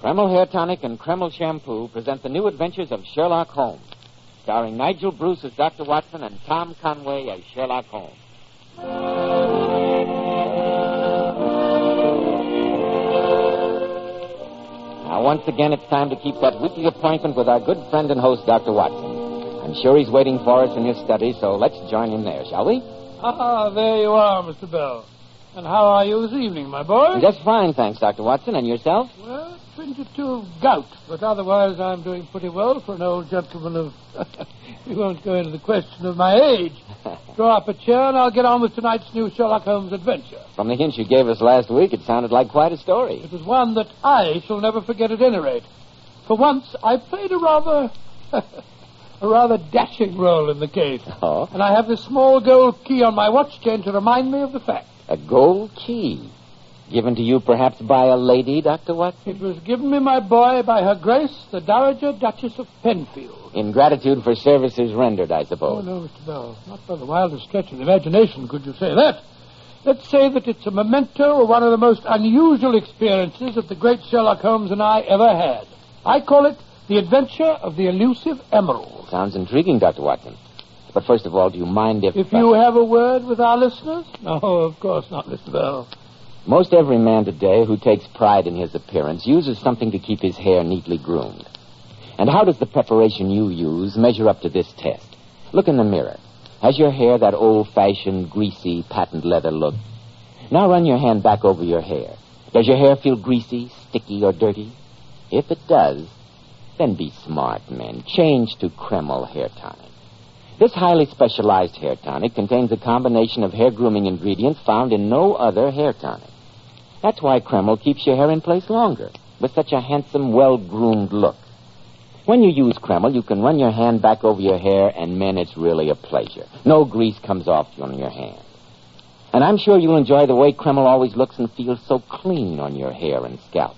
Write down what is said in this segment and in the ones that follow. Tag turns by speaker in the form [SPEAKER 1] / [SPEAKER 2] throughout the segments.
[SPEAKER 1] Kreml Hair Tonic and Kreml Shampoo present the new adventures of Sherlock Holmes, starring Nigel Bruce as Dr. Watson and Tom Conway as Sherlock Holmes. Now, once again, it's time to keep that weekly appointment with our good friend and host, Dr. Watson. I'm sure he's waiting for us in his study, so let's join him there, shall we?
[SPEAKER 2] Ah, there you are, Mr. Bell. And how are you this evening, my boy?
[SPEAKER 1] Just fine, thanks, Dr. Watson. And yourself?
[SPEAKER 2] Well, twenty two of gout, but otherwise I'm doing pretty well for an old gentleman of. we won't go into the question of my age. Draw up a chair and I'll get on with tonight's new Sherlock Holmes adventure.
[SPEAKER 1] From the hint you gave us last week, it sounded like quite a story.
[SPEAKER 2] It was one that I shall never forget at any rate. For once, I played a rather. a rather dashing role in the case.
[SPEAKER 1] Oh,
[SPEAKER 2] And I have this small gold key on my watch chain to remind me of the fact.
[SPEAKER 1] a gold key. Given to you perhaps by a lady, Dr. Watson?
[SPEAKER 2] It was given me, my boy, by Her Grace, the Dowager Duchess of Penfield.
[SPEAKER 1] In gratitude for services rendered, I
[SPEAKER 2] Oh,
[SPEAKER 1] suppose.
[SPEAKER 2] no, Mr. Bell. Not by the wildest stretch of the imagination could you say that. Let's say that it's a memento of one of the most unusual experiences that the great Sherlock Holmes and I ever had. I call it The Adventure of the Elusive Emerald.
[SPEAKER 1] Sounds intriguing, Dr. Watson. But first of all, do you mind if.
[SPEAKER 2] If
[SPEAKER 1] uh,
[SPEAKER 2] you have a word with our listeners? No, of course not, Mr. Bell.
[SPEAKER 1] Most every man today who takes pride in his appearance uses something to keep his hair neatly groomed. And how does the preparation you use measure up to this test? Look in the mirror. Has your hair that old fashioned, greasy, patent leather look? Now run your hand back over your hair. Does your hair feel greasy, sticky, or dirty? If it does, then be smart, men. Change to Kreml hair tonic. This highly specialized hair tonic contains a combination of hair grooming ingredients found in no other hair tonic. That's why Kreml keeps your hair in place longer, with such a handsome, well groomed look. When you use Kreml, you can run your hand back over your hair, and men, it's really a pleasure. No grease comes off on your hand. And I'm sure you'll enjoy the way Kreml always looks and feels so clean on your hair and scalp.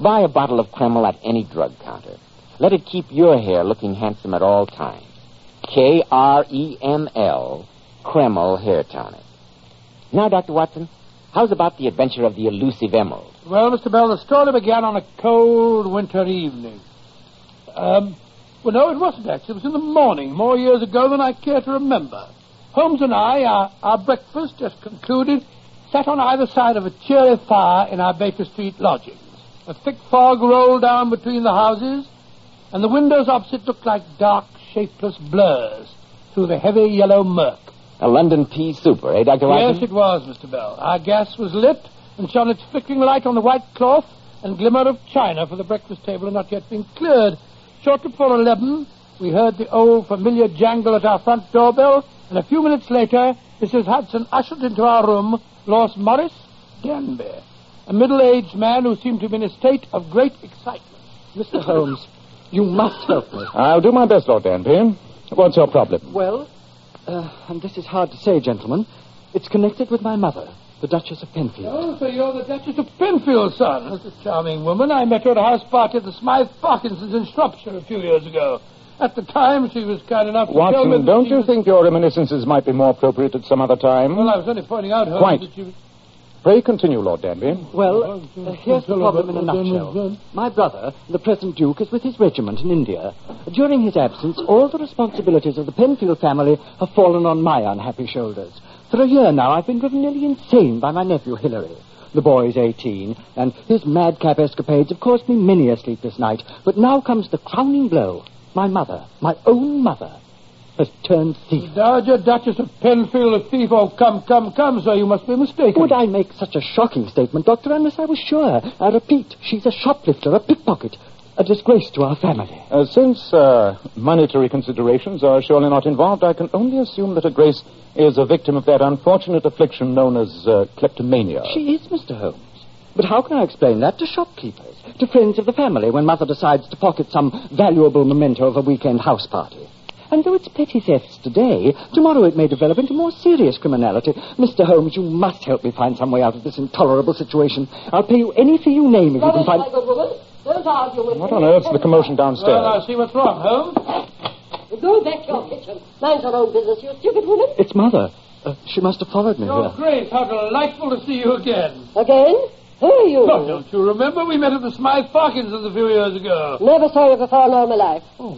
[SPEAKER 1] Buy a bottle of Kreml at any drug counter. Let it keep your hair looking handsome at all times. K R E M L, Kreml Hair Tonic. Now, Dr. Watson, how's about the adventure of the elusive emerald?
[SPEAKER 2] Well, Mr. Bell, the story began on a cold winter evening. Um, well, no, it wasn't actually. It was in the morning, more years ago than I care to remember. Holmes and I, our, our breakfast just concluded, sat on either side of a cheery fire in our Baker Street lodgings. A thick fog rolled down between the houses, and the windows opposite looked like dark, shapeless blurs through the heavy yellow murk.
[SPEAKER 1] A London pea super, eh, Dr. Watson?
[SPEAKER 2] Yes, it was, Mr. Bell. Our gas was lit and shone its flickering light on the white cloth and glimmer of china for the breakfast table had not yet been cleared. Short before eleven, we heard the old familiar jangle at our front doorbell, and a few minutes later, Mrs. Hudson ushered into our room Lord Morris Danby, a middle-aged man who seemed to be in a state of great excitement.
[SPEAKER 3] Mr. Holmes, you must help me.
[SPEAKER 4] I'll do my best, Lord Danby. What's your problem?
[SPEAKER 3] Well, uh, and this is hard to say, gentlemen. It's connected with my mother, the Duchess of Penfield.
[SPEAKER 2] Oh, so you're the Duchess of Penfield, son. That's a charming woman. I met her at a house party at the Smythe Parkinson's in Shropshire a few years ago. At the time, she was kind enough to tell me...
[SPEAKER 4] Watson,
[SPEAKER 2] that
[SPEAKER 4] don't
[SPEAKER 2] she
[SPEAKER 4] you
[SPEAKER 2] was-
[SPEAKER 4] think your reminiscences might be more appropriate at some other time?
[SPEAKER 2] Well, I was only pointing out, Holmes,
[SPEAKER 4] Quite.
[SPEAKER 2] that you...
[SPEAKER 4] Pray continue, Lord Danby.
[SPEAKER 3] Well, uh, here's the problem in a nutshell. My brother, the present Duke, is with his regiment in India. During his absence, all the responsibilities of the Penfield family have fallen on my unhappy shoulders. For a year now, I've been driven nearly insane by my nephew, Hilary. The boy is 18, and his madcap escapades have caused me many a sleepless night. But now comes the crowning blow. My mother, my own mother, has turned thief.
[SPEAKER 2] The Dowager Duchess of Penfield, a thief. Oh, come, come, come, sir. You must be mistaken.
[SPEAKER 3] Would I make such a shocking statement, Doctor, unless I was sure? I repeat, she's a shoplifter, a pickpocket, a disgrace to our family.
[SPEAKER 4] Uh, since uh, monetary considerations are surely not involved, I can only assume that her Grace is a victim of that unfortunate affliction known as uh, kleptomania.
[SPEAKER 3] She is, Mr. Holmes. But how can I explain that to shopkeepers, to friends of the family, when Mother decides to pocket some valuable memento of a weekend house party? And though it's petty thefts today, tomorrow it may develop into more serious criminality. Mr. Holmes, you must help me find some way out of this intolerable situation. I'll pay you any fee you name if you can find.
[SPEAKER 5] Don't argue with
[SPEAKER 4] What on earth's the commotion downstairs?
[SPEAKER 2] Well, I see what's wrong, Holmes.
[SPEAKER 5] Go back to your kitchen. Mind your own business, you stupid woman.
[SPEAKER 3] It's Mother. Uh, she must have followed me
[SPEAKER 2] Your
[SPEAKER 3] here.
[SPEAKER 2] Grace, how delightful to see you again.
[SPEAKER 5] Again? Who are you?
[SPEAKER 2] Oh, don't you remember we met at the Smythe Parkinson's a few years ago?
[SPEAKER 5] Never saw you before in all my life.
[SPEAKER 2] Oh,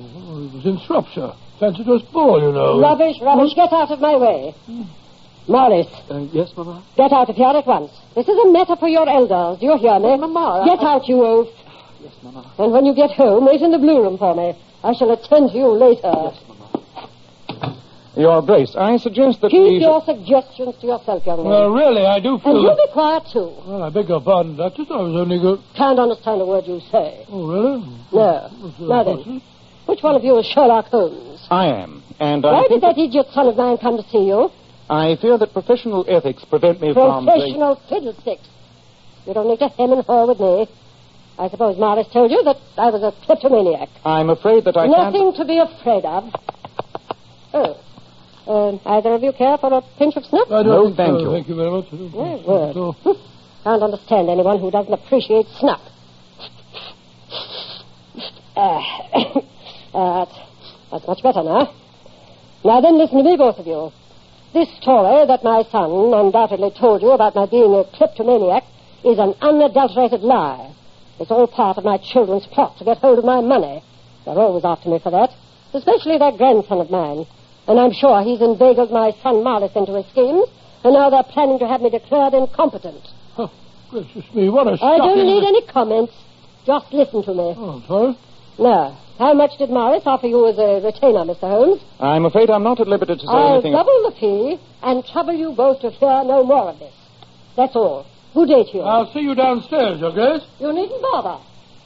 [SPEAKER 2] it was in Shropshire. Fancy it was Paul, you
[SPEAKER 3] Oh.
[SPEAKER 2] know.
[SPEAKER 5] Rubbish, rubbish. Get out of my way. Morris,
[SPEAKER 3] Uh, yes, Mama?
[SPEAKER 5] get out of here at once. This is a matter for your elders. Do you hear me?
[SPEAKER 3] Mama, I-
[SPEAKER 5] Get out, you oaf.
[SPEAKER 3] Yes, Mama.
[SPEAKER 5] And when you get home, wait in the blue room for me. I shall attend to you later.
[SPEAKER 4] Your Grace, I suggest that we.
[SPEAKER 5] Keep
[SPEAKER 4] should-
[SPEAKER 5] your suggestions to yourself, young man.
[SPEAKER 2] Well, really, I do
[SPEAKER 5] and
[SPEAKER 3] uh,
[SPEAKER 2] feel...
[SPEAKER 5] you
[SPEAKER 2] that-
[SPEAKER 5] be quiet, too.
[SPEAKER 2] Well, I beg your pardon, Duchess. I was only go...
[SPEAKER 5] Can't understand a word you say.
[SPEAKER 2] Oh, really?
[SPEAKER 5] No. Now then, which one of you is Sherlock Holmes?
[SPEAKER 4] I am. And I,
[SPEAKER 5] Why
[SPEAKER 4] think
[SPEAKER 5] did that idiot son of mine come to see you?
[SPEAKER 4] I fear that professional ethics prevent me from.
[SPEAKER 5] Professional fiddlesticks. You don't need to hem and haw with me. I suppose Morris told you that I was a kleptomaniac.
[SPEAKER 4] I'm afraid that I can't.
[SPEAKER 5] Nothing to be afraid of. Oh. Um, either of you care for a pinch of snuff?
[SPEAKER 2] I don't
[SPEAKER 4] No,
[SPEAKER 2] think
[SPEAKER 4] thank
[SPEAKER 2] so.
[SPEAKER 4] you.
[SPEAKER 2] Thank you very much.
[SPEAKER 5] My word. Can't understand anyone who doesn't appreciate snuff. Ah, that's, uh, that's much better now. Now then, listen to me, both of you. This story that my son undoubtedly told you about my being a kleptomaniac is an unadulterated lie. It's all part of my children's plot to get hold of my money. They're always after me for that, especially that grandson of mine. And I'm sure he's inveigled my son Marlis into his schemes, and now they're planning to have me declared incompetent.
[SPEAKER 2] Oh, gracious me, what a
[SPEAKER 5] I don't
[SPEAKER 2] shocking-
[SPEAKER 5] need any comments. Just listen to me.
[SPEAKER 2] Oh, sorry?
[SPEAKER 5] Now, how much did Morris offer you as a retainer, Mr. Holmes?
[SPEAKER 4] I'm afraid I'm not at liberty to say
[SPEAKER 5] I'll
[SPEAKER 4] anything.
[SPEAKER 5] double the fee and trouble you both to hear no more of this. That's all. Good day to you.
[SPEAKER 2] I'll see you downstairs, Your Grace.
[SPEAKER 5] You needn't bother.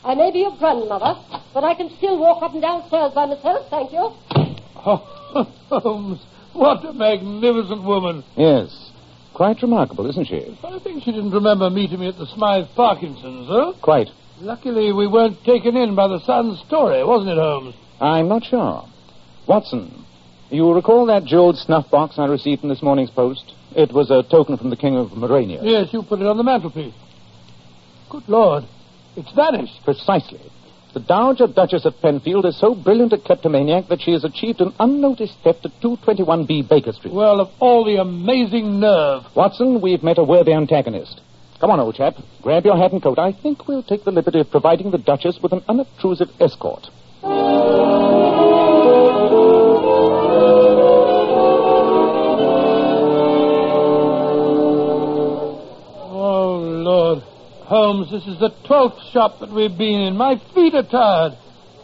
[SPEAKER 5] I may be your grandmother, but I can still walk up and downstairs by myself, thank you.
[SPEAKER 2] Oh, Holmes, what a magnificent woman.
[SPEAKER 4] Yes. Quite remarkable, isn't she?
[SPEAKER 2] I think she didn't remember meeting me at the Smythe Parkinson's, huh?
[SPEAKER 4] Quite.
[SPEAKER 2] Luckily, we weren't taken in by the sun's story, wasn't it, Holmes?
[SPEAKER 4] I'm not sure. Watson, you recall that jeweled snuff box I received in this morning's post? It was a token from the King of Morania.
[SPEAKER 2] Yes, you put it on the mantelpiece. Good Lord, it's vanished.
[SPEAKER 4] Precisely. The Dowager Duchess of Penfield is so brilliant a kleptomaniac that she has achieved an unnoticed theft at 221B Baker Street.
[SPEAKER 2] Well, of all the amazing nerve.
[SPEAKER 4] Watson, we've met a worthy antagonist. Come on, old chap. Grab your hat and coat. I think we'll take the liberty of providing the Duchess with an unobtrusive escort.
[SPEAKER 2] Oh, Lord. Holmes, this is the twelfth shop that we've been in. My feet are tired.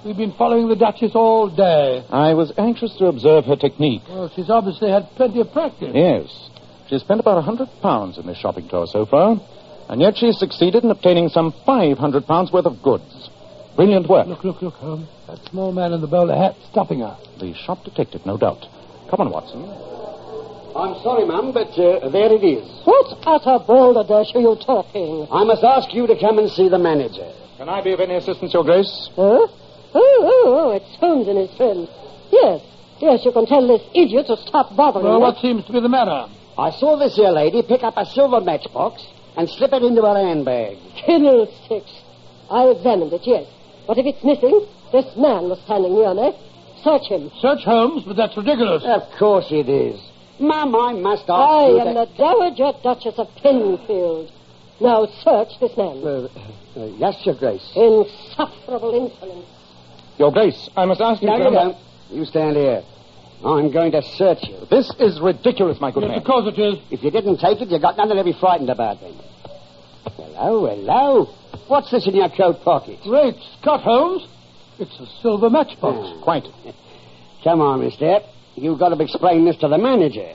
[SPEAKER 2] We've been following the Duchess all day.
[SPEAKER 4] I was anxious to observe her technique.
[SPEAKER 2] Well, she's obviously had plenty of practice.
[SPEAKER 4] Yes. She's spent about a hundred pounds in this shopping tour so far, and yet she's succeeded in obtaining some five hundred pounds worth of goods. Brilliant work.
[SPEAKER 2] Look, look, look, Holmes. That small man in the bowler hat stopping her.
[SPEAKER 4] The shop detective, no doubt. Come on, Watson.
[SPEAKER 6] I'm sorry, ma'am, but uh, there it is.
[SPEAKER 5] What utter balderdash are you talking?
[SPEAKER 6] I must ask you to come and see the manager.
[SPEAKER 4] Can I be of any assistance, Your Grace?
[SPEAKER 5] Huh? Oh, oh, oh, it's Holmes and his friend. Yes, yes, you can tell this idiot to stop bothering
[SPEAKER 2] Well,
[SPEAKER 5] me.
[SPEAKER 2] what seems to be the matter?
[SPEAKER 6] I saw this here lady pick up a silver matchbox and slip it into her handbag.
[SPEAKER 5] Fiddlesticks. oh I examined it, yes. But if it's missing, this man was standing near me. Search him.
[SPEAKER 2] Search Holmes, but that's ridiculous.
[SPEAKER 6] Of course it is. Ma'am, I must ask
[SPEAKER 2] Ah,
[SPEAKER 5] I
[SPEAKER 6] you
[SPEAKER 5] am
[SPEAKER 6] to...
[SPEAKER 5] the Dowager Duchess of Penfield. Now search this man.
[SPEAKER 6] Uh, uh, yes, Your Grace.
[SPEAKER 5] Insufferable insolence.
[SPEAKER 4] Your Grace, I must ask you
[SPEAKER 6] No,
[SPEAKER 4] to...
[SPEAKER 6] you don't. You stand here. I'm going to search you.
[SPEAKER 4] This is ridiculous, my good
[SPEAKER 2] Yes,
[SPEAKER 4] man.
[SPEAKER 2] of course it is.
[SPEAKER 6] If you didn't take it, you got nothing to be frightened about then. Hello, hello. What's this in your coat pocket?
[SPEAKER 2] Great Scott, Holmes. It's a silver matchbox.
[SPEAKER 4] Quite.
[SPEAKER 6] Come on, mister. You've got to explain this to the manager.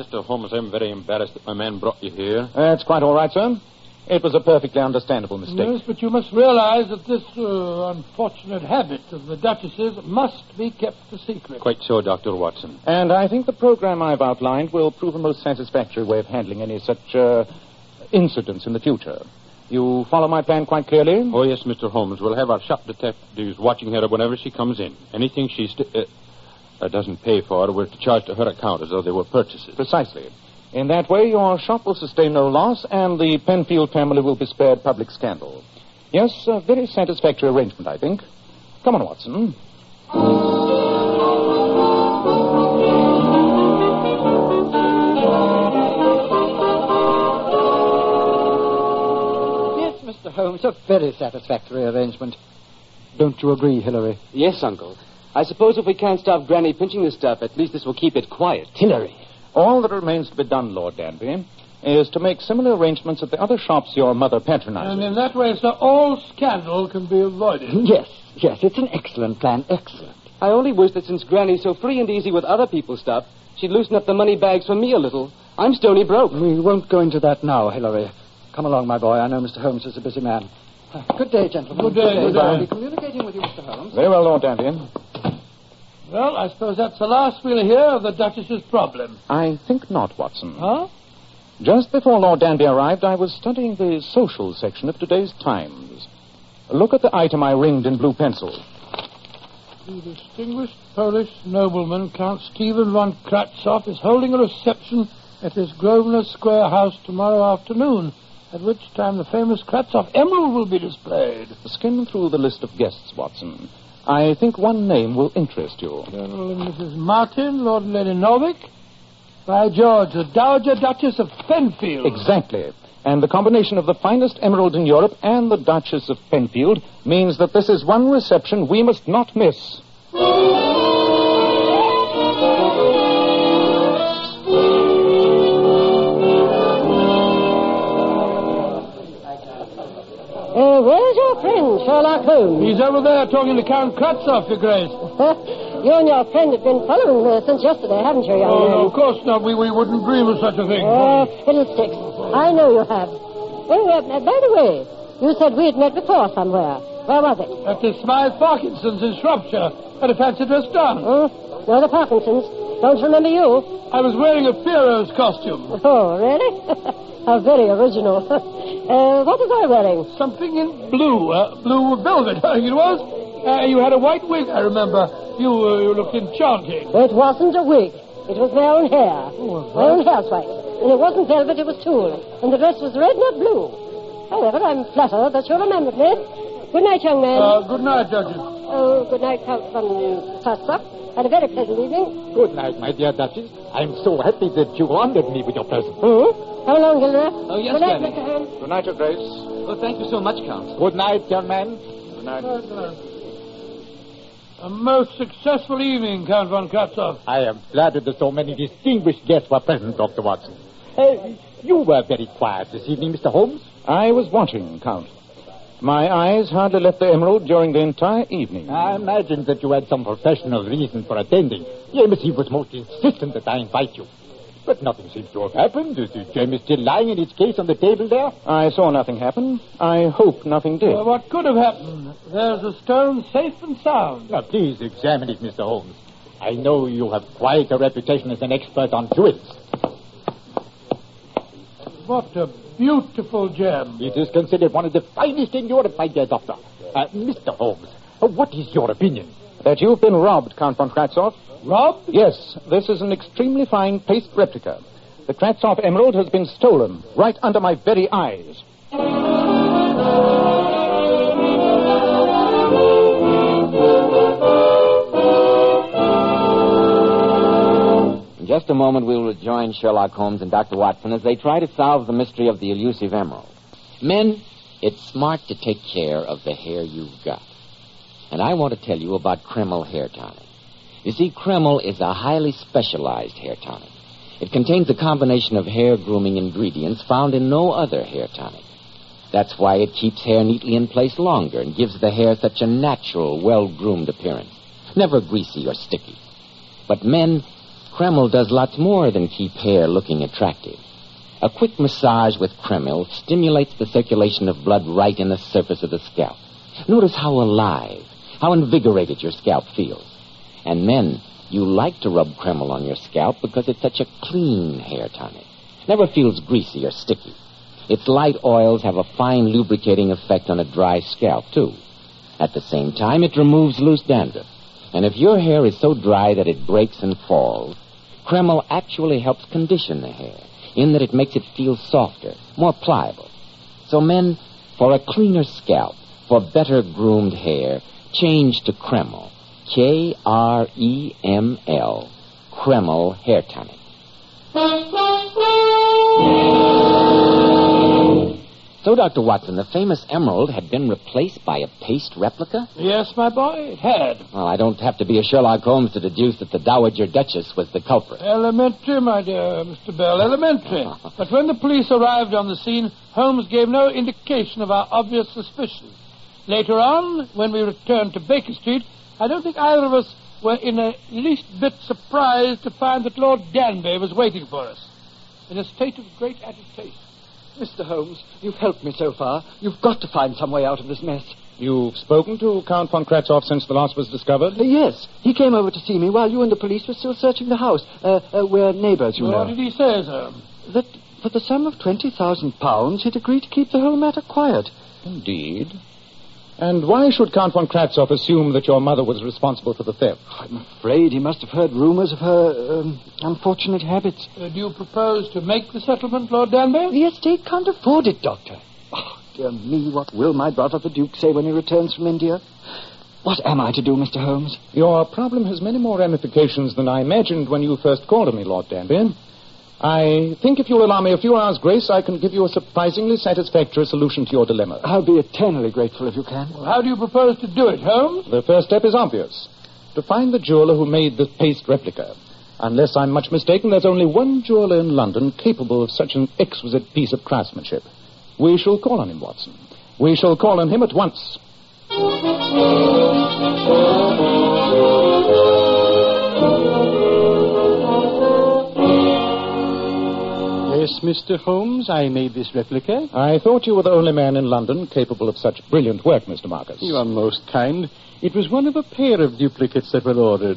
[SPEAKER 7] Mr. Holmes, I'm very embarrassed that my man brought you here.
[SPEAKER 4] That's quite all right, sir. It was a perfectly understandable mistake.
[SPEAKER 2] Yes, but you must realize that this uh, unfortunate habit of the Duchess's must be kept a secret.
[SPEAKER 7] Quite so, Dr. Watson.
[SPEAKER 4] And I think the program I've outlined will prove a most satisfactory way of handling any such uh, incidents in the future. You follow my plan quite clearly?
[SPEAKER 7] Oh, yes, Mr. Holmes. We'll have our shop detectives watching her whenever she comes in. Anything she st- uh, uh, doesn't pay for, we're to charge to her account as though they were purchases.
[SPEAKER 4] Precisely. In that way, your shop will sustain no loss, and the Penfield family will be spared public scandal. Yes, a very satisfactory arrangement, I think. Come on, Watson.
[SPEAKER 3] Yes, Mr. Holmes, a very satisfactory arrangement. Don't you agree, Hillary?
[SPEAKER 6] Yes, Uncle. I suppose if we can't stop Granny pinching the stuff, at least this will keep it quiet.
[SPEAKER 3] Hillary.
[SPEAKER 4] All that remains to be done, Lord Danby, is to make similar arrangements at the other shops your mother patronizes.
[SPEAKER 2] And in that way, sir, all scandal can be avoided.
[SPEAKER 3] Yes, yes, it's an excellent plan, excellent.
[SPEAKER 6] I only wish that since Granny's so free and easy with other people's stuff, she'd loosen up the money bags for me a little. I'm stony broke.
[SPEAKER 3] We won't go into that now, Hillary. Come along, my boy. I know Mr. Holmes is a busy man. Good day, gentlemen.
[SPEAKER 2] Good day. Good
[SPEAKER 3] I'll
[SPEAKER 2] day.
[SPEAKER 3] be communicating with you, Mr.
[SPEAKER 6] Um,
[SPEAKER 3] Holmes.
[SPEAKER 4] Very well, Lord Danby.
[SPEAKER 2] Well, I suppose that's the last we'll hear of the Duchess's problem.
[SPEAKER 4] I think not, Watson.
[SPEAKER 2] Huh?
[SPEAKER 4] Just before Lord Danby arrived, I was studying the social section of today's Times. Look at the item I ringed in blue pencil.
[SPEAKER 2] The distinguished Polish nobleman, Count Stephen von Kratzoff, is holding a reception at his Grosvenor Square house tomorrow afternoon, at which time the famous Kratzoff emerald will be displayed.
[SPEAKER 4] Skim through the list of guests, Watson. I think one name will interest you.
[SPEAKER 3] Oh.
[SPEAKER 2] Colonel and Mrs. Martin, Lord and Lady Norwick. By George, the Dowager Duchess of Fenfield.
[SPEAKER 4] Exactly. And the combination of the finest emerald in Europe and the Duchess of Penfield means that this is one reception we must not miss.
[SPEAKER 5] Uh, where's your friend, Sherlock Holmes?
[SPEAKER 2] He's over there talking to Count Kratzoff, Your Grace.
[SPEAKER 5] Huh? you and your friend have been following her since yesterday, haven't you, young
[SPEAKER 2] Oh,
[SPEAKER 5] man?
[SPEAKER 2] no, of course not. We, we wouldn't dream of such a thing.
[SPEAKER 5] Oh, fiddlesticks. I know you have. Oh, uh, by the way, you said we'd met before somewhere. Where was it?
[SPEAKER 2] At the Smythe Parkinson's in Shropshire, at a fancy dress dance.
[SPEAKER 5] Hmm? No, the Parkinsons. Don't remember you.
[SPEAKER 2] I was wearing a Pierrot's costume.
[SPEAKER 5] Oh, really? How very original. uh, what was I wearing?
[SPEAKER 2] Something in blue, uh, blue velvet, I think it was. Uh, you had a white wig, I remember. You, uh, you looked enchanting.
[SPEAKER 5] It wasn't a wig. It was my own hair. my own hair twice. And it wasn't velvet, it was tulle. And the dress was red, not blue. However, I'm flattered that you remembered me. Good night, young man.
[SPEAKER 2] Uh, good night, Judges.
[SPEAKER 5] Oh, good night, Count von Kostok. Had a very pleasant evening.
[SPEAKER 3] Good night, my dear Duchess. I'm so happy that you honored me with your presence.
[SPEAKER 5] Hmm? How long, Gilderoy? Oh,
[SPEAKER 6] yes,
[SPEAKER 5] good night,
[SPEAKER 6] Granny.
[SPEAKER 5] Mr. Holmes.
[SPEAKER 4] Good night, Your Grace.
[SPEAKER 6] Well, thank you so much, Count.
[SPEAKER 3] Good night, young man.
[SPEAKER 4] Good night.
[SPEAKER 2] A most successful evening, Count von Kratzoff.
[SPEAKER 3] I am flattered that so many distinguished guests were present, Dr. Watson. Hey, you were very quiet this evening, Mr. Holmes.
[SPEAKER 4] I was watching, Count. My eyes hardly left the emerald during the entire evening.
[SPEAKER 3] I imagined that you had some professional reason for attending. Jameson was most insistent that I invite you. But nothing seems to have happened. Is the gem is still lying in its case on the table there?
[SPEAKER 4] I saw nothing happen. I hope nothing did.
[SPEAKER 2] Well, Uh, what could have happened? There's the stone safe and sound.
[SPEAKER 3] Now, please examine it, Mr. Holmes. I know you have quite a reputation as an expert on jewels.
[SPEAKER 2] What a beautiful gem.
[SPEAKER 3] It is considered one of the finest in Europe, my dear doctor. Uh, Mr. Holmes, uh, what is your opinion?
[SPEAKER 4] That you've been robbed, Count von Kratzoff.
[SPEAKER 2] Rob?
[SPEAKER 4] Yes, this is an extremely fine paste replica. The Kratzoff emerald has been stolen right under my very eyes.
[SPEAKER 1] In just a moment, we will rejoin Sherlock Holmes and Dr. Watson as they try to solve the mystery of the elusive emerald. Men, it's smart to take care of the hair you've got. And I want to tell you about Kreml hair tonic. You see, Kreml is a highly specialized hair tonic. It contains a combination of hair grooming ingredients found in no other hair tonic. That's why it keeps hair neatly in place longer and gives the hair such a natural, well groomed appearance. Never greasy or sticky. But men, Kreml does lots more than keep hair looking attractive. A quick massage with Kreml stimulates the circulation of blood right in the surface of the scalp. Notice how alive, how invigorated your scalp feels. And men, you like to rub Kreml on your scalp because it's such a clean hair tonic. Never feels greasy or sticky. Its light oils have a fine lubricating effect on a dry scalp, too. At the same time, it removes loose dandruff. And if your hair is so dry that it breaks and falls, Kreml actually helps condition the hair. in that it makes it feel softer, more pliable. So, men, for a cleaner scalp, for better groomed hair, change to Kreml. K R E M L. Kreml Hair Tonic. So, Dr. Watson, the famous emerald had been replaced by a paste replica?
[SPEAKER 2] Yes, my boy, it had.
[SPEAKER 1] Well, I don't have to be a Sherlock Holmes to deduce that the Dowager Duchess was the culprit.
[SPEAKER 2] Elementary, my dear Mr. Bell, elementary. but when the police arrived on the scene, Holmes gave no indication of our obvious suspicion. Later on, when we returned to Baker Street, I don't think either of us were in the least bit surprised to find that Lord Danby was waiting for us in a state of great agitation.
[SPEAKER 3] Mr. Holmes, you've helped me so far. You've got to find some way out of this mess.
[SPEAKER 4] You've spoken to Count von Kratzoff since the last was discovered?
[SPEAKER 3] Uh, yes, he came over to see me while you and the police were still searching the house. Uh, uh, we're neighbours, you
[SPEAKER 2] What
[SPEAKER 3] know.
[SPEAKER 2] did he say, sir?
[SPEAKER 3] That for the sum of £20,000, he'd agree to keep the whole matter quiet.
[SPEAKER 4] Indeed. And why should Count von Kratzoff assume that your mother was responsible for the theft?
[SPEAKER 3] I'm afraid he must have heard rumours of her um, unfortunate habits.
[SPEAKER 2] Uh, do you propose to make the settlement, Lord Danby?
[SPEAKER 3] The estate can't afford it, Doctor. Oh, dear me, what will my brother the Duke say when he returns from India? What am I to do, Mr. Holmes?
[SPEAKER 4] Your problem has many more ramifications than I imagined when you first called on me, Lord Danby. I think if you'll allow me a few hours' grace, I can give you a surprisingly satisfactory solution to your dilemma.
[SPEAKER 3] I'll be eternally grateful if you can.
[SPEAKER 2] How do you propose to do it, Holmes?
[SPEAKER 4] The first step is obvious to find the jeweler who made the paste replica. Unless I'm much mistaken, there's only one jeweler in London capable of such an exquisite piece of craftsmanship. We shall call on him, Watson. We shall call on him at once.
[SPEAKER 8] Yes, Mr. Holmes, I made this replica.
[SPEAKER 4] I thought you were the only man in London capable of such brilliant work, Mr. Marcus.
[SPEAKER 8] You are most kind. It was one of a pair of duplicates that were ordered.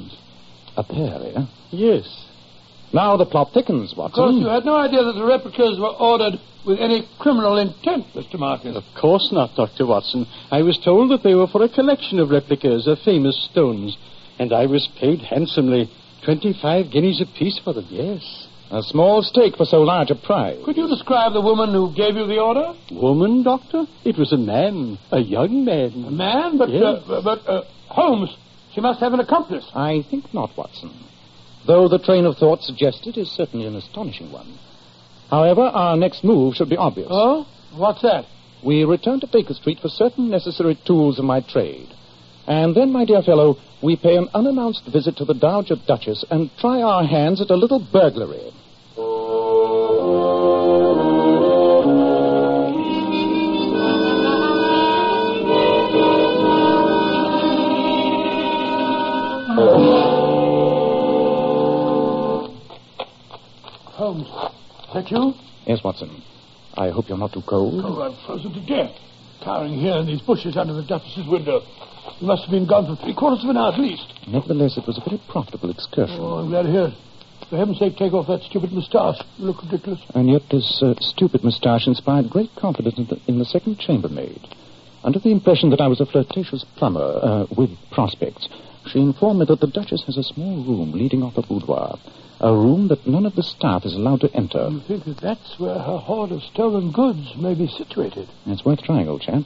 [SPEAKER 4] a pair, eh?
[SPEAKER 8] Yes. Hmm.
[SPEAKER 4] Now the plot thickens,
[SPEAKER 2] Of course,
[SPEAKER 4] Watson.
[SPEAKER 2] you had no idea that the replicas were ordered with any criminal intent, Mr. Marcus.
[SPEAKER 8] Of course not, Dr. Watson. I was told that they were for a collection of replicas of famous stones, and I was paid handsomely. Twenty-five guineas apiece for them, yes.
[SPEAKER 4] A small stake for so large a prize.
[SPEAKER 2] Could you describe the woman who gave you the order?
[SPEAKER 8] Woman, Doctor? It was a man, a young
[SPEAKER 2] A
[SPEAKER 8] man.
[SPEAKER 2] man, but
[SPEAKER 8] Yes.
[SPEAKER 2] uh, but uh, Holmes, she must have an accomplice.
[SPEAKER 4] I think not, Watson. Though the train of thought suggested is certainly an astonishing one. However, our next move should be obvious.
[SPEAKER 2] Oh, what's that?
[SPEAKER 4] We return to Baker Street for certain necessary tools of my trade. And then, my dear fellow, we pay an unannounced visit to the Dowager Duchess and try our hands at a little burglary.
[SPEAKER 2] Holmes, that you?
[SPEAKER 4] Yes, Watson. I hope you're not too cold.
[SPEAKER 2] Oh, I'm frozen to death. Cowering here in these bushes under the Duchess's window. You must have been gone for three quarters of an hour at least.
[SPEAKER 4] Nevertheless, it was a very profitable excursion.
[SPEAKER 2] Oh, I'm glad to hear it. For heaven's sake, take off that stupid moustache. You look ridiculous.
[SPEAKER 4] And yet this uh, stupid moustache inspired great confidence in the, in the second chambermaid. Under the impression that I was a flirtatious plumber uh, with prospects, she informed me that the Duchess has a small room leading off a boudoir, a room that none of the staff is allowed to enter.
[SPEAKER 2] You think that that's where her hoard of stolen goods may be situated?
[SPEAKER 4] It's worth trying, old chap.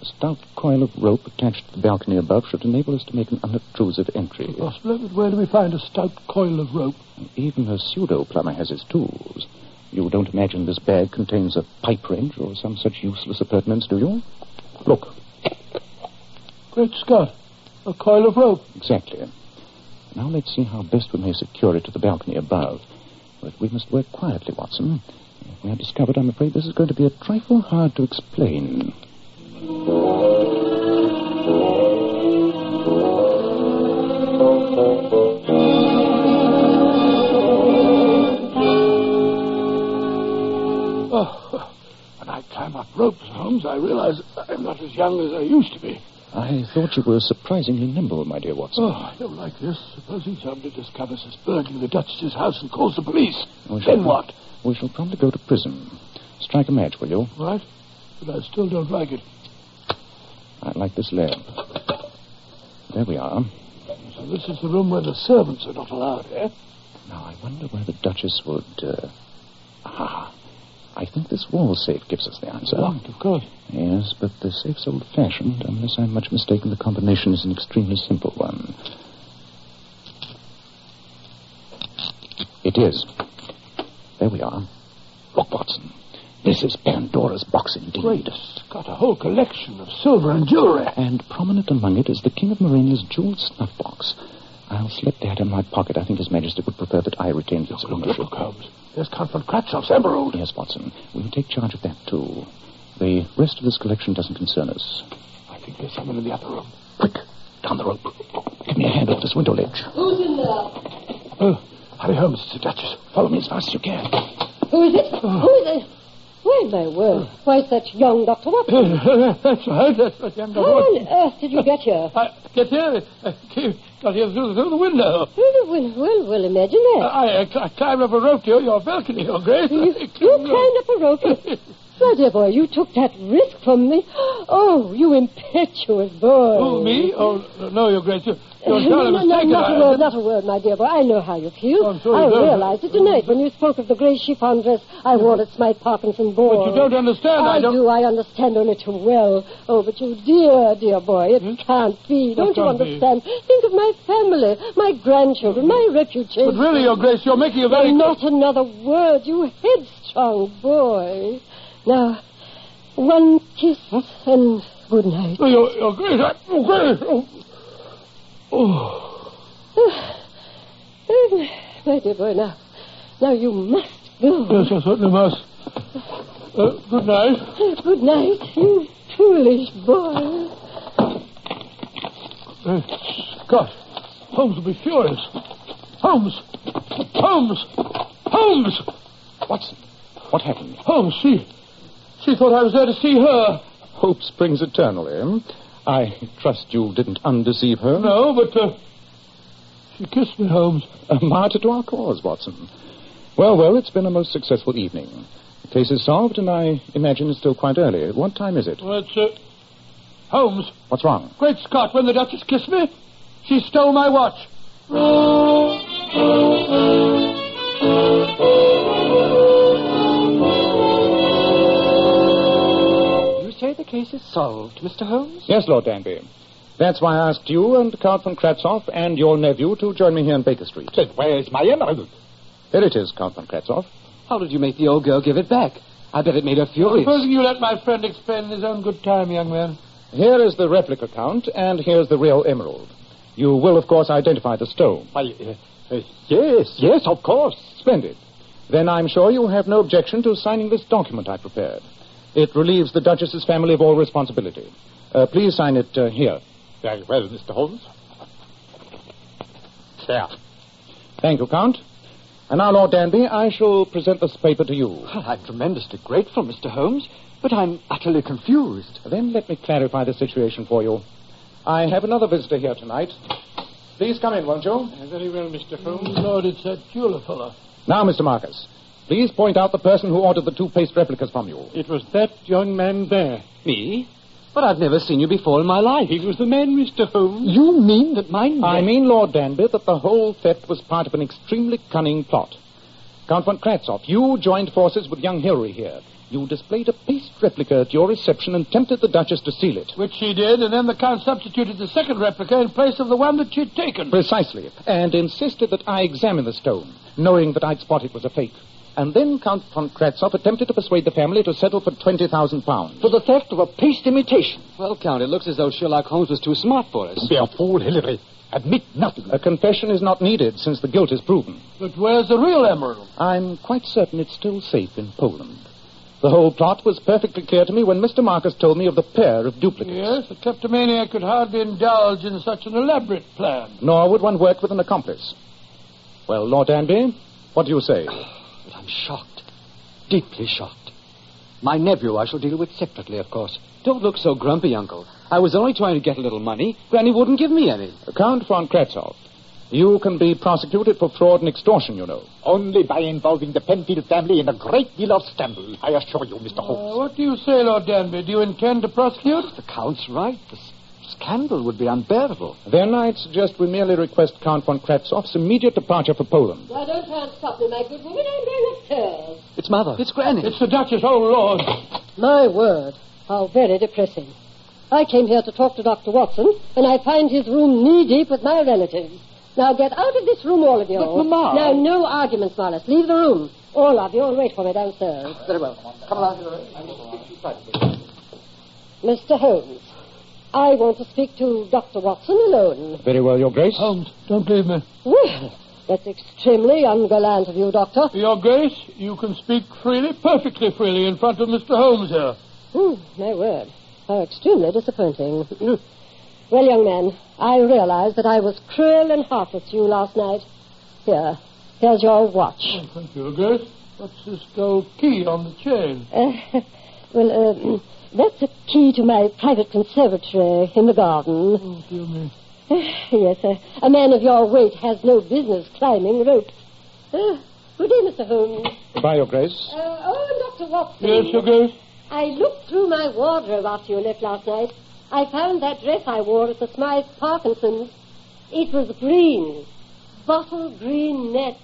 [SPEAKER 4] A stout coil of rope attached to the balcony above should enable us to make an unobtrusive entry.
[SPEAKER 2] Possible, but where do we find a stout coil of rope?
[SPEAKER 4] Even a pseudo plumber has his tools. You don't imagine this bag contains a pipe wrench or some such useless appurtenance, do you? Look,
[SPEAKER 2] Great Scott, a coil of rope.
[SPEAKER 4] Exactly. Now let's see how best we may secure it to the balcony above. But we must work quietly, Watson. If we are discovered, I'm afraid this is going to be a trifle hard to explain.
[SPEAKER 2] Oh, when I climb up ropes, Holmes, I realize I'm not as young as I used to be.
[SPEAKER 4] I thought you were surprisingly nimble, my dear Watson.
[SPEAKER 2] Oh, I don't like this. Supposing somebody discovers us burgling the Duchess's house and calls the police.
[SPEAKER 8] Oh,
[SPEAKER 4] We shall
[SPEAKER 2] Then what?
[SPEAKER 4] We shall probably go to prison. Strike a match, will you?
[SPEAKER 2] Right? But I still don't like it.
[SPEAKER 4] I like this lamp. There we are.
[SPEAKER 2] So this is the room where the servants are not allowed, eh?
[SPEAKER 4] Now I wonder where the Duchess would uh, Ah, I think this wall safe gives us the answer.
[SPEAKER 8] Right, of course.
[SPEAKER 4] Yes, but the safe's old fashioned. Unless I'm much mistaken, the combination is an extremely simple one. It is. There we are. Look, Watson. This is Pandora's box indeed.
[SPEAKER 2] Great. Got a whole collection of silver and jewelry.
[SPEAKER 4] And prominent among it is the King of Morenia's jeweled snuff box. I'll slip that in my pocket. I think His Majesty would prefer that I retained its ownership.
[SPEAKER 2] Look, Holmes. There's Comfort Kratchop's emerald.
[SPEAKER 4] Yes, Watson. We'll take charge of that, too. The rest of this collection doesn't concern us.
[SPEAKER 2] I think there's someone in the other room.
[SPEAKER 4] Quick, down the rope. Give me a hand off this window ledge.
[SPEAKER 5] Who's in there?
[SPEAKER 2] Oh, hurry, Holmes. It's the Duchess.
[SPEAKER 4] Follow me as fast as you can.
[SPEAKER 5] Who is it? Who is it? Why, my word, why such young Dr. Watson?
[SPEAKER 2] that's right. That's right. Young
[SPEAKER 5] How on earth did you get here?
[SPEAKER 2] I get here. I came, got here through, through the window. Uh,
[SPEAKER 5] Well, well, well, well, imagine that.
[SPEAKER 2] I, I, I climbed up a rope to your, your balcony, Your Grace.
[SPEAKER 5] You, you climbed up a rope. My dear boy, you took that risk from me. Oh, you impetuous boy.
[SPEAKER 2] Oh, me? Oh, no, Your Grace. You're, you're
[SPEAKER 5] No,
[SPEAKER 2] entirely
[SPEAKER 5] no, no,
[SPEAKER 2] mistaken.
[SPEAKER 5] not
[SPEAKER 2] I-
[SPEAKER 5] a word, not a word, my dear boy. I know how you feel.
[SPEAKER 2] Oh, I'm sorry,
[SPEAKER 5] I
[SPEAKER 2] no,
[SPEAKER 5] realized it tonight when you spoke of the grey chiffon dress I wore at Smythe Parkinson Ball.
[SPEAKER 2] But you don't understand. I,
[SPEAKER 5] I
[SPEAKER 2] don't.
[SPEAKER 5] do. I understand only too well. Oh, but you dear, dear boy, it can't be. Don't you
[SPEAKER 2] Hmm? can't be?
[SPEAKER 5] understand? Think of my family, my grandchildren, my reputation.
[SPEAKER 2] But really, Your Grace, you're making a very.
[SPEAKER 5] Oh, not another word, you headstrong boy. Now, one kiss and good night.
[SPEAKER 2] Oh, Your, your Grace, I, Your Grace. Oh. Oh.
[SPEAKER 5] Oh, my dear boy, now, now you must go.
[SPEAKER 2] Yes, I certainly must. Uh, good night.
[SPEAKER 5] Good night, you foolish boy.
[SPEAKER 2] Uh, God, Holmes will be furious. Holmes! Holmes! Holmes!
[SPEAKER 4] Watson, what happened?
[SPEAKER 2] Holmes, she. She thought I was there to see her.
[SPEAKER 4] Hope springs eternal, eh? I trust you didn't undeceive her.
[SPEAKER 2] No, but uh, she kissed me, Holmes.
[SPEAKER 4] A martyr to our cause, Watson. Well, well, it's been a most successful evening. The case is solved, and I imagine it's still quite early. What time is it?
[SPEAKER 2] Well, it's uh, Holmes.
[SPEAKER 4] What's wrong?
[SPEAKER 2] Great Scott! When the Duchess kissed me, she stole my watch.
[SPEAKER 3] You say the case is solved, Mr. Holmes?
[SPEAKER 4] Yes, Lord Danby. That's why I asked you and Count von Kratzoff and your nephew to join me here in Baker Street.
[SPEAKER 8] But where is my emerald?
[SPEAKER 4] There it is, Count von Kratzoff.
[SPEAKER 3] How did you make the old girl give it back? I bet it made her furious.
[SPEAKER 2] Supposing you let my friend expend his own good time, young man.
[SPEAKER 4] Here is the replica, Count, and here's the real emerald. You will, of course, identify the stone.
[SPEAKER 8] Why, uh, uh, yes, yes, of course.
[SPEAKER 4] Splendid. Then I'm sure you'll have no objection to signing this document I prepared. It relieves the Duchess's family of all responsibility. Uh, please sign it uh, here.
[SPEAKER 8] Very well, Mr. Holmes. There.
[SPEAKER 4] Thank you, Count. And now, Lord Danby, I shall present this paper to you.
[SPEAKER 3] Well, I'm tremendously grateful, Mr. Holmes, but I'm utterly confused.
[SPEAKER 4] Then let me clarify the situation for you. I have another visitor here tonight. Please come in, won't you?
[SPEAKER 2] Very well, Mr. Holmes. Lord, it's that jeweler fellow.
[SPEAKER 4] Now, Mr. Marcus, please point out the person who ordered the toothpaste replicas from you.
[SPEAKER 8] It was that young man there.
[SPEAKER 3] Me? But I've never seen you before in my life.
[SPEAKER 8] He was the man, Mr. Holmes.
[SPEAKER 3] You mean that my
[SPEAKER 4] I mean, Lord Danby, that the whole theft was part of an extremely cunning plot. Count von Kratzoff, you joined forces with young Hilary here. You displayed a paste replica at your reception and tempted the Duchess to steal it.
[SPEAKER 2] Which she did, and then the Count substituted the second replica in place of the one that she'd taken.
[SPEAKER 4] Precisely, and insisted that I examine the stone, knowing that I'd spot it was a fake. And then Count von Kratzoff attempted to persuade the family to settle for twenty thousand pounds.
[SPEAKER 3] for the theft of a paste imitation? Well, Count, it looks as though Sherlock Holmes was too smart for us.
[SPEAKER 8] Be a fool, Hillary. Admit nothing.
[SPEAKER 4] A confession is not needed since the guilt is proven.
[SPEAKER 2] But where's the real emerald?
[SPEAKER 4] I'm quite certain it's still safe in Poland. The whole plot was perfectly clear to me when Mr. Marcus told me of the pair of duplicates.
[SPEAKER 2] Yes, a kleptomaniac could hardly indulge in such an elaborate plan.
[SPEAKER 4] Nor would one work with an accomplice. Well, Lord Danby, what do you say?
[SPEAKER 3] But I'm shocked. Deeply shocked. My nephew I shall deal with separately, of course. Don't look so grumpy, Uncle. I was only trying to get a little money. Granny wouldn't give me any.
[SPEAKER 4] Count von Kratzoff, you can be prosecuted for fraud and extortion, you know.
[SPEAKER 8] Only by involving the Penfield family in a great deal of scandal, I
[SPEAKER 2] Oh.
[SPEAKER 8] assure you, Mr.
[SPEAKER 2] Uh, what do you say, Lord Danby? Do you intend to prosecute?
[SPEAKER 3] The Count's right. The s- scandal would be unbearable.
[SPEAKER 4] Then I'd suggest we merely request Count von Kratzov's immediate departure for Poland.
[SPEAKER 5] Why don't try and stop me, my good woman. I'm going upstairs.
[SPEAKER 3] It's Mother. It's Granny.
[SPEAKER 2] It's the Duchess, oh, Lord.
[SPEAKER 5] My word, how very depressing. I came here to talk to Dr. Watson, and I find his room knee deep with my relatives. Now get out of this room, all of you.
[SPEAKER 3] But, Mama-
[SPEAKER 5] Now, no arguments, Wallace. Leave the room. All of you, and wait for me downstairs.
[SPEAKER 6] Very well. Come along.
[SPEAKER 5] Mr. Holmes, I want to speak to Dr. Watson alone.
[SPEAKER 4] Very well, Your Grace.
[SPEAKER 2] Holmes, don't leave me.
[SPEAKER 5] Well, that's extremely ungallant of you, Doctor.
[SPEAKER 2] Your Grace, you can speak freely, perfectly freely, in front of Mr. Holmes here.
[SPEAKER 5] Hmm, my word. How extremely disappointing. Hmm. well, young man, I realize that I was cruel and heartless to you last night. Here, here's your watch.
[SPEAKER 2] Oh, Thank you, Your Grace. What's this gold key on the chain?
[SPEAKER 5] Uh, well, um, that's a key to my private conservatory in the garden.
[SPEAKER 2] Oh, dear me.
[SPEAKER 5] yes, uh, a, a man of your weight has no business climbing ropes. Uh, good day, Mr. Holmes.
[SPEAKER 4] Goodbye, Your Grace.
[SPEAKER 5] Uh, oh, Dr. Watson.
[SPEAKER 2] Yes, Your Grace.
[SPEAKER 5] I looked through my wardrobe after you left last night. I found that dress I wore at the Smythe Parkinson's. It was green, bottle green net.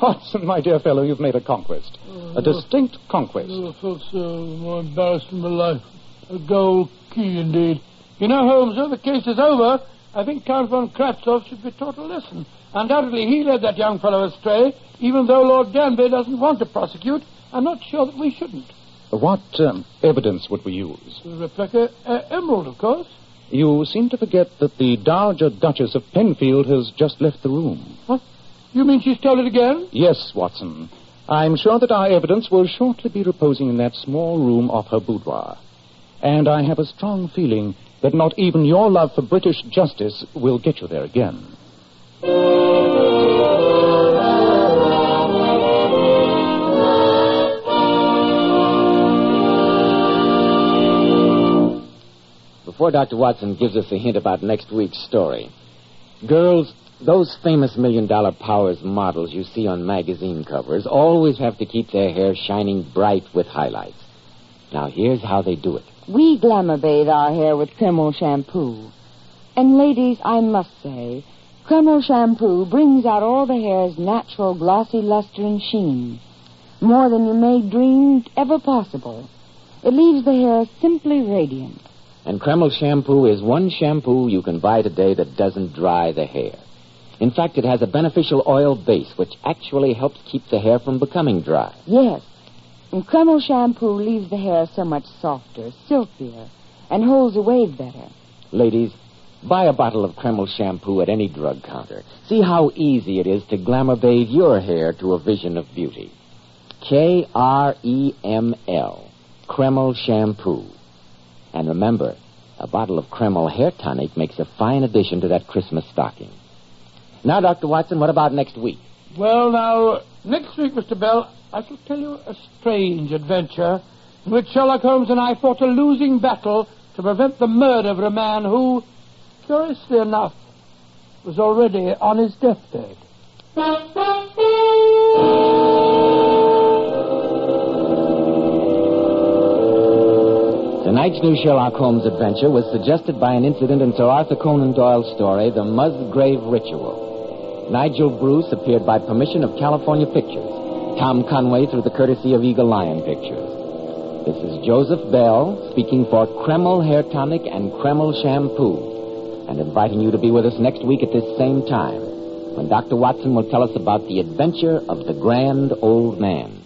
[SPEAKER 4] Watson, my dear fellow, you've made a conquest. A distinct conquest.
[SPEAKER 2] Oh, I felt so more embarrassed in my life. A gold key, indeed. You know, Holmes, though the case is over, I think Count von Kratzov should be taught a lesson. Undoubtedly, he led that young fellow astray, even though Lord Danby doesn't want to prosecute. I'm not sure that we shouldn't.
[SPEAKER 4] What um, evidence would we use?
[SPEAKER 2] The replica uh, emerald, of course.
[SPEAKER 4] You seem to forget that the Dowager Duchess of Penfield has just left the room.
[SPEAKER 2] What? You mean she stole it again?
[SPEAKER 4] Yes, Watson. I'm sure that our evidence will shortly be reposing in that small room off her boudoir. And I have a strong feeling that not even your love for British justice will get you there again.
[SPEAKER 1] Before Dr. Watson gives us a hint about next week's story, girls, those famous million dollar powers models you see on magazine covers always have to keep their hair shining bright with highlights. Now, here's how they do it.
[SPEAKER 9] We glamour bathe our hair with Cremel shampoo. And ladies, I must say, Cremel shampoo brings out all the hair's natural glossy luster and sheen, more than you may dream ever possible. It leaves the hair simply radiant.
[SPEAKER 1] And Kreml shampoo is one shampoo you can buy today that doesn't dry the hair. In fact, it has a beneficial oil base which actually helps keep the hair from becoming dry.
[SPEAKER 9] Yes. And Cremel shampoo leaves the hair so much softer, silkier, and holds away better.
[SPEAKER 1] Ladies, buy a bottle of Kreml shampoo at any drug counter. See how easy it is to glamour bathe your hair to a vision of beauty. K R E M L, Kreml shampoo. And remember, a bottle of Kreml hair tonic makes a fine addition to that Christmas stocking. Now, Dr. Watson, what about next week?
[SPEAKER 2] Well, now, next week, Mr. Bell, I shall tell you a strange adventure in which Sherlock Holmes and I fought a losing battle to prevent the murder of a man who, curiously enough, was already on his deathbed.
[SPEAKER 1] Tonight's new Sherlock Holmes adventure was suggested by an incident in Sir Arthur Conan Doyle's story, The Musgrave Ritual. Nigel Bruce appeared by permission of California Pictures. Tom Conway through the courtesy of Eagle Lion Pictures. This is Joseph Bell speaking for Kreml Hair Tonic and Kreml Shampoo and inviting you to be with us next week at this same time when Dr. Watson will tell us about the adventure of the grand old man.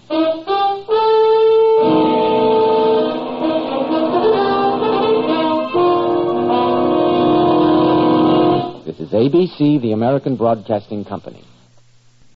[SPEAKER 1] This is ABC, the American Broadcasting Company.